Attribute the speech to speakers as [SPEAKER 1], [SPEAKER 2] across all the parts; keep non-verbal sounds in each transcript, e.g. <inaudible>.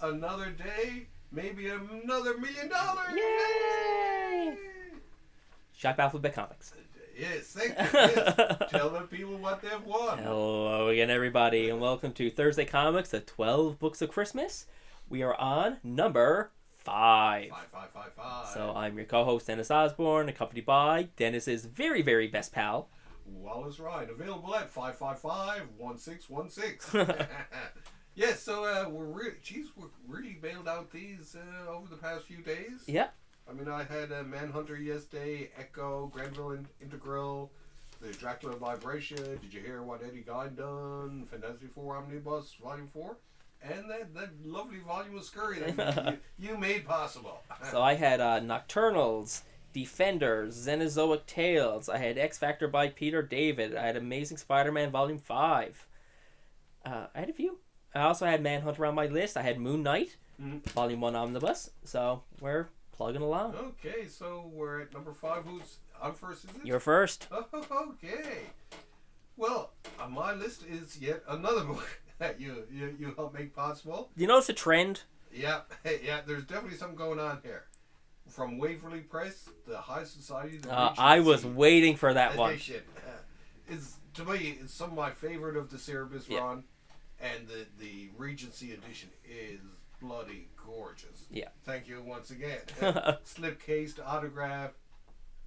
[SPEAKER 1] another day, maybe another million dollars.
[SPEAKER 2] Yay! Shop Alphabet Comics.
[SPEAKER 1] Yes, thank you.
[SPEAKER 2] <laughs>
[SPEAKER 1] Yes. Tell the people what they've won.
[SPEAKER 2] Hello again, everybody, and welcome to Thursday Comics, the 12 Books of Christmas. We are on number five.
[SPEAKER 1] Five, five, five, five.
[SPEAKER 2] So uh, I'm your co host, Dennis Osborne, accompanied by Dennis's very, very best pal.
[SPEAKER 1] Wallace Ryan, available at
[SPEAKER 2] <laughs>
[SPEAKER 1] 555-1616. <laughs> yes, so uh, we're really, geez, we're really bailed out these uh, over the past few days.
[SPEAKER 2] Yep.
[SPEAKER 1] I mean, I had uh, Manhunter yesterday, Echo, Granville in- Integral, the Dracula Vibration. Did you hear what Eddie Guy done? Fantastic Four Omnibus Volume Four, and that that lovely volume of Scurry that you, you made possible.
[SPEAKER 2] So I had uh, Nocturnals, Defenders, Xenozoic Tales. I had X Factor by Peter David. I had Amazing Spider-Man Volume Five. Uh, I had a few. I also had Manhunter on my list. I had Moon Knight,
[SPEAKER 1] Mhm.
[SPEAKER 2] Volume One Omnibus. So we're plugging along.
[SPEAKER 1] okay, so we're at number five. Who's I'm first? Is it?
[SPEAKER 2] You're first.
[SPEAKER 1] <laughs> Okay. Well, on my list is yet another book <laughs> that you you, you helped make possible.
[SPEAKER 2] You notice a trend?
[SPEAKER 1] Yeah, <laughs> yeah. There's definitely something going on here. From Waverly Press, the High Society. The
[SPEAKER 2] Uh,
[SPEAKER 1] Reach
[SPEAKER 2] I
[SPEAKER 1] and
[SPEAKER 2] was
[SPEAKER 1] Seek
[SPEAKER 2] waiting for that <laughs> one.
[SPEAKER 1] Edition. It's to me, it's some of my favorite of the Cerebus
[SPEAKER 2] Yeah.
[SPEAKER 1] run, and the the Regency edition is bloody gorgeous.
[SPEAKER 2] Yeah.
[SPEAKER 1] Thank you once
[SPEAKER 2] <laughs>
[SPEAKER 1] again. Slipcased autograph.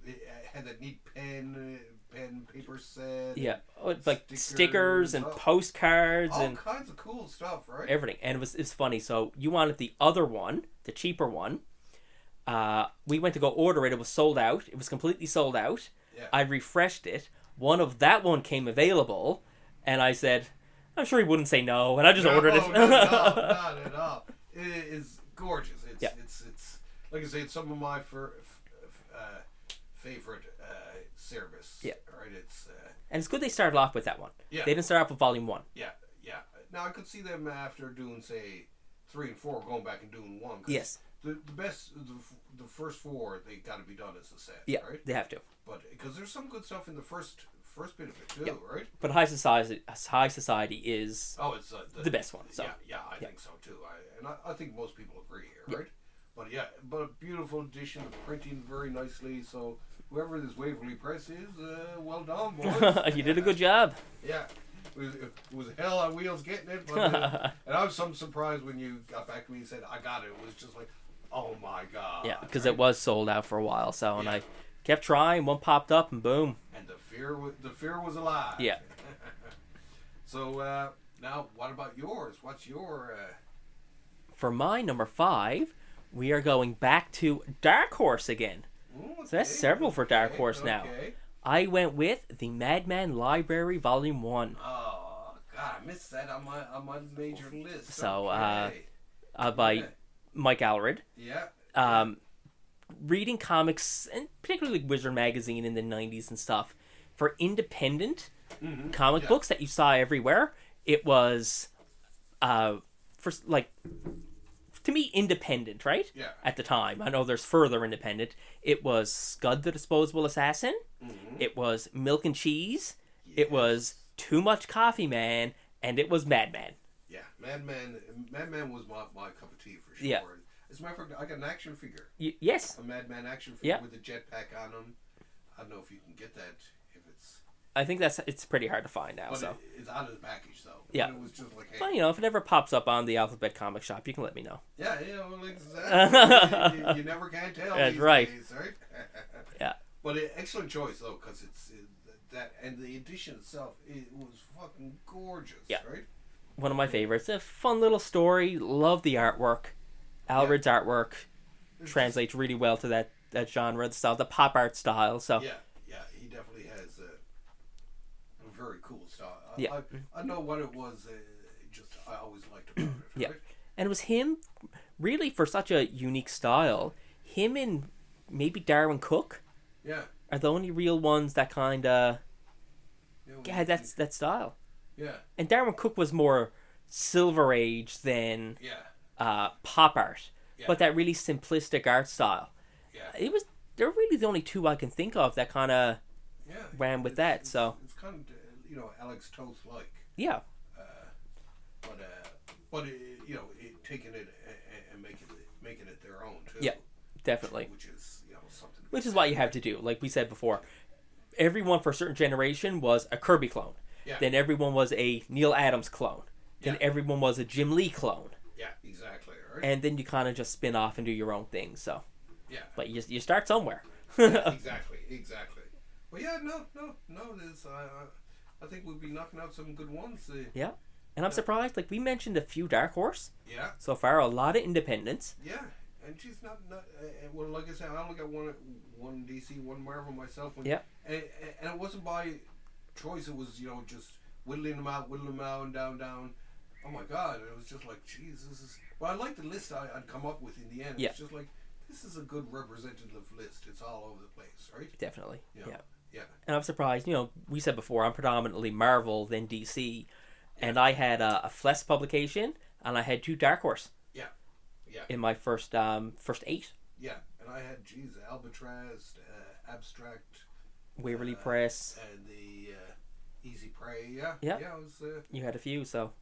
[SPEAKER 1] It had that neat pen, uh, pen paper set.
[SPEAKER 2] Yeah, oh, it's like
[SPEAKER 1] Stickers.
[SPEAKER 2] stickers, and
[SPEAKER 1] Oh.
[SPEAKER 2] postcards
[SPEAKER 1] All
[SPEAKER 2] and
[SPEAKER 1] kinds of cool stuff, right?
[SPEAKER 2] everything. And it was it's funny. So you wanted the other one, the cheaper one. Uh, we went to go order it. It was sold out. It was completely sold out.
[SPEAKER 1] Yeah.
[SPEAKER 2] I refreshed it. One of that one came available, and I said, "I'm sure he wouldn't say no." And I just
[SPEAKER 1] No,
[SPEAKER 2] ordered it.
[SPEAKER 1] not at all, not at all. It is gorgeous. It's
[SPEAKER 2] Yeah.
[SPEAKER 1] it's it's like I say, it's some of my fir- f- f- uh, favorite uh, service.
[SPEAKER 2] Yeah.
[SPEAKER 1] Right. It's uh,
[SPEAKER 2] <laughs> and it's good they started off with that one.
[SPEAKER 1] Yeah.
[SPEAKER 2] They didn't start off with Volume One.
[SPEAKER 1] yeah yeah. Now I could see them after doing say three and four, going back and doing one. 'cause
[SPEAKER 2] Yes.
[SPEAKER 1] The, the best the, f- the first four they got to be done as a set.
[SPEAKER 2] Yeah,
[SPEAKER 1] Right.
[SPEAKER 2] they have to.
[SPEAKER 1] But because there's some good stuff in the first first bit of it too. Right.
[SPEAKER 2] But High Society, High Society is
[SPEAKER 1] Oh, it's uh,
[SPEAKER 2] the best one. So
[SPEAKER 1] Yeah, yeah, I think so too. I, and I, I think most people agree here, right? But yeah, but a beautiful addition, printing very nicely. So whoever this Waverly Press is, uh, well done, boys.
[SPEAKER 2] <laughs> you did a good job.
[SPEAKER 1] <laughs> yeah. It was, it was hell on wheels getting it, but,
[SPEAKER 2] <laughs>
[SPEAKER 1] uh, and I was some surprised when you got back to me and said I got it. It was just like, oh my god!
[SPEAKER 2] Yeah, because
[SPEAKER 1] right?
[SPEAKER 2] it was sold out for a while. So and
[SPEAKER 1] Yeah.
[SPEAKER 2] I kept trying. One popped up, and boom.
[SPEAKER 1] and the fear was the fear was alive.
[SPEAKER 2] Yeah.
[SPEAKER 1] so uh, now, what about yours? What's your uh,
[SPEAKER 2] For my number five, we are going back to Dark Horse again.
[SPEAKER 1] ooh,
[SPEAKER 2] So that's
[SPEAKER 1] okay,
[SPEAKER 2] several for Dark
[SPEAKER 1] okay,
[SPEAKER 2] Horse now.
[SPEAKER 1] okay.
[SPEAKER 2] I went with the Madman Library Volume One.
[SPEAKER 1] Oh God, I missed that on my on my major list.
[SPEAKER 2] So, uh,
[SPEAKER 1] Okay.
[SPEAKER 2] uh, by
[SPEAKER 1] Yeah.
[SPEAKER 2] Mike Allred.
[SPEAKER 1] yeah,
[SPEAKER 2] Um, reading comics, and particularly Wizard Magazine in the 90s and stuff, for independent comic
[SPEAKER 1] yeah.
[SPEAKER 2] books that you saw everywhere, it was, uh, for, like, to me, independent, right?
[SPEAKER 1] Yeah.
[SPEAKER 2] At the time. I know there's further independent. It was Scud the Disposable Assassin.
[SPEAKER 1] Mm-hmm.
[SPEAKER 2] It was Milk and Cheese. It was Too Much Coffee Man. And it was Madman.
[SPEAKER 1] yeah. Madman, Madman was my, my cup of tea for sure.
[SPEAKER 2] Yeah.
[SPEAKER 1] As a matter of fact, I got an action figure,
[SPEAKER 2] Y- yes,
[SPEAKER 1] a Madman action figure
[SPEAKER 2] Yeah.
[SPEAKER 1] with a jetpack on him. I don't know if you can get that if it's,
[SPEAKER 2] I think that's it's pretty hard to find now.
[SPEAKER 1] but
[SPEAKER 2] so
[SPEAKER 1] it, it's out of the package though.
[SPEAKER 2] Yeah.
[SPEAKER 1] But it was just like, hey,
[SPEAKER 2] Well, you know, if it ever pops up on the Alphabet Comic Shop, you can let me know.
[SPEAKER 1] yeah, yeah, well,
[SPEAKER 2] <laughs>
[SPEAKER 1] exactly. you, you- you never can tell.
[SPEAKER 2] That's
[SPEAKER 1] these
[SPEAKER 2] right.
[SPEAKER 1] days, right? <laughs>
[SPEAKER 2] Yeah.
[SPEAKER 1] But an excellent choice though, because it's it, that and the edition itself, it was fucking gorgeous.
[SPEAKER 2] Yeah.
[SPEAKER 1] Right.
[SPEAKER 2] One of my favorites. A fun little story. Love the artwork. Alred's artwork
[SPEAKER 1] There's just-
[SPEAKER 2] translates really well to that that genre, the style, the pop art style. So
[SPEAKER 1] Yeah, yeah, he definitely has a, a very cool style. I,
[SPEAKER 2] Yeah.
[SPEAKER 1] I, I know what it was. Uh, just I always liked about it.
[SPEAKER 2] <clears throat> Yeah.
[SPEAKER 1] Right?
[SPEAKER 2] and it was him, really, for such a unique style. Him and maybe Darwin Cook
[SPEAKER 1] Yeah.
[SPEAKER 2] are the only real ones that kind of
[SPEAKER 1] Yeah. well,
[SPEAKER 2] had that that style.
[SPEAKER 1] Yeah.
[SPEAKER 2] And Darwin Cook was more Silver Age than
[SPEAKER 1] Yeah.
[SPEAKER 2] uh, pop art,
[SPEAKER 1] Yeah.
[SPEAKER 2] but that really simplistic art style.
[SPEAKER 1] Yeah.
[SPEAKER 2] it was they're really the only two I can think of that kind of
[SPEAKER 1] Yeah.
[SPEAKER 2] ran with
[SPEAKER 1] It's-
[SPEAKER 2] that,
[SPEAKER 1] it's-
[SPEAKER 2] so.
[SPEAKER 1] it's kind of uh, you know Alex Toth like,
[SPEAKER 2] yeah
[SPEAKER 1] but uh, but uh, you know it, taking it a- a- and
[SPEAKER 2] Definitely.
[SPEAKER 1] which is you know something.
[SPEAKER 2] Which is what you have to do. Like we said before, everyone for a certain generation was a Kirby clone.
[SPEAKER 1] Yeah.
[SPEAKER 2] Then everyone was a Neil Adams clone. Then
[SPEAKER 1] Yeah.
[SPEAKER 2] everyone was a Jim Lee clone.
[SPEAKER 1] Yeah, exactly. Right?
[SPEAKER 2] And then you kind of just spin off and do your own thing. So,
[SPEAKER 1] yeah,
[SPEAKER 2] <laughs> but you just, you start somewhere. <laughs>
[SPEAKER 1] exactly, exactly. Well, yeah, no, no, no. There's, uh, I think we'll be knocking out some good ones. Uh,
[SPEAKER 2] yeah. And I'm surprised. Like we mentioned a few Dark Horse
[SPEAKER 1] yeah,
[SPEAKER 2] so far. A lot of independents.
[SPEAKER 1] yeah. And she's not, not uh, uh, well. Like I said, I only got one, one DC, one Marvel myself. And,
[SPEAKER 2] Yeah.
[SPEAKER 1] And, and it wasn't by choice. It was you know just whittling them out, whittling them out, and down, down. Oh my God! It was just like, jeez, this is. Well, I like the list I, I'd come up with in the end.
[SPEAKER 2] Yeah.
[SPEAKER 1] It's just like this is a good representative list. It's all over the place, right?
[SPEAKER 2] Definitely.
[SPEAKER 1] Yeah.
[SPEAKER 2] yeah.
[SPEAKER 1] Yeah.
[SPEAKER 2] and I'm surprised. You know, we said before I'm predominantly Marvel then DC, and I had a, a Flex publication and I had two Dark Horse
[SPEAKER 1] Yeah. Yeah.
[SPEAKER 2] in my first um first eight
[SPEAKER 1] Yeah, and I had geez, Albatrass, uh, Abstract,
[SPEAKER 2] Waverly
[SPEAKER 1] Uh,
[SPEAKER 2] Press.
[SPEAKER 1] and the uh, Easy Prey. Yeah,
[SPEAKER 2] Yeah.
[SPEAKER 1] yeah. It was, uh,
[SPEAKER 2] You had a few, so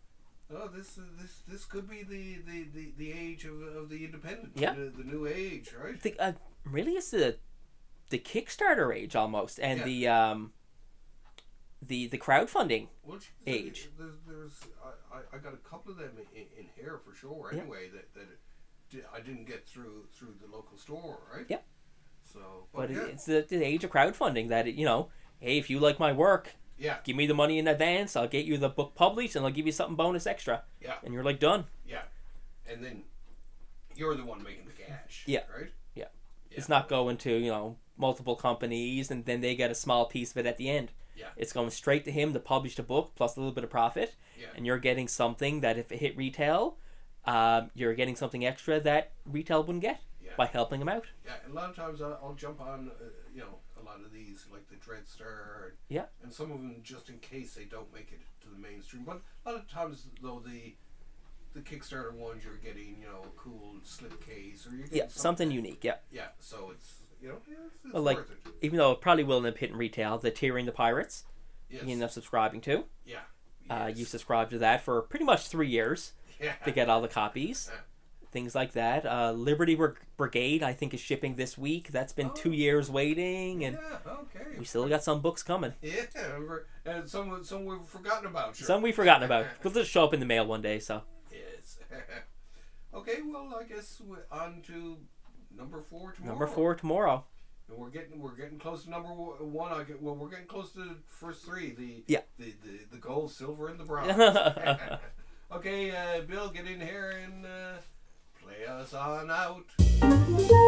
[SPEAKER 1] oh, this this this could be the the, the, the age of, of the independent.
[SPEAKER 2] Yeah.
[SPEAKER 1] the, the new age, right?
[SPEAKER 2] I think uh, really it's the the Kickstarter age almost, and
[SPEAKER 1] Yeah.
[SPEAKER 2] the um the the crowdfunding.
[SPEAKER 1] Well, geez,
[SPEAKER 2] Age.
[SPEAKER 1] There's, there's I, I- I got a couple of them in, in here for sure.
[SPEAKER 2] Yeah.
[SPEAKER 1] Anyway, that that di- I didn't get through through the local store, right?
[SPEAKER 2] Yeah.
[SPEAKER 1] So,
[SPEAKER 2] But
[SPEAKER 1] but, Oh, yeah,
[SPEAKER 2] it, it's the, the age of crowdfunding that it, you know. Hey, if you like my work,
[SPEAKER 1] yeah,
[SPEAKER 2] give me the money in advance. I'll get you the book published, and I'll give you something bonus extra.
[SPEAKER 1] Yeah.
[SPEAKER 2] And you're like done.
[SPEAKER 1] yeah, and then you're the one making the cash.
[SPEAKER 2] Yeah.
[SPEAKER 1] Right.
[SPEAKER 2] Yeah.
[SPEAKER 1] Yeah.
[SPEAKER 2] It's not going to, you know, multiple companies and then they get a small piece of it at the end.
[SPEAKER 1] Yeah.
[SPEAKER 2] It's going straight to him to publish the book plus a little bit of profit.
[SPEAKER 1] Yeah.
[SPEAKER 2] And you're getting something that if it hit retail, um, you're getting something extra that retail wouldn't get
[SPEAKER 1] Yeah.
[SPEAKER 2] by helping him out.
[SPEAKER 1] Yeah, and a lot of times I'll, I'll jump on, uh, you know, a lot of these, like the Dread Star. And,
[SPEAKER 2] Yeah.
[SPEAKER 1] And some of them just in case they don't make it to the mainstream. But a lot of times, though, the the Kickstarter ones, you're getting, you know, a cool slipcase or you're getting
[SPEAKER 2] Yeah, something unique. Yeah.
[SPEAKER 1] Yeah, so it's, you know, yeah, it's, it's
[SPEAKER 2] Well, like,
[SPEAKER 1] worth it.
[SPEAKER 2] even though it probably will end up hitting retail, the Tearing the Pirates,
[SPEAKER 1] Yes.
[SPEAKER 2] you end up subscribing to.
[SPEAKER 1] yeah.
[SPEAKER 2] Uh,
[SPEAKER 1] yes,
[SPEAKER 2] you subscribe to that for pretty much three years
[SPEAKER 1] yeah. <laughs>
[SPEAKER 2] to get all the copies. things like that. Uh, Liberty Brig- Brigade, I think, is shipping this week. That's been
[SPEAKER 1] Oh.
[SPEAKER 2] two years waiting, and
[SPEAKER 1] yeah, okay.
[SPEAKER 2] we still got some books coming.
[SPEAKER 1] <laughs> Yeah, and we're- and some, some we've forgotten about. Sure.
[SPEAKER 2] Some we've forgotten about. They'll just show up in the mail one day. So
[SPEAKER 1] Yes. <laughs> okay, well, I guess we're on to number four tomorrow.
[SPEAKER 2] number four tomorrow.
[SPEAKER 1] And we're getting we're getting close to number o- one. I get well, we're getting close to the first three. The
[SPEAKER 2] Yeah.
[SPEAKER 1] the, the, the gold, silver, and the bronze. <laughs> okay, uh, Bill, get in here and uh, play us on out.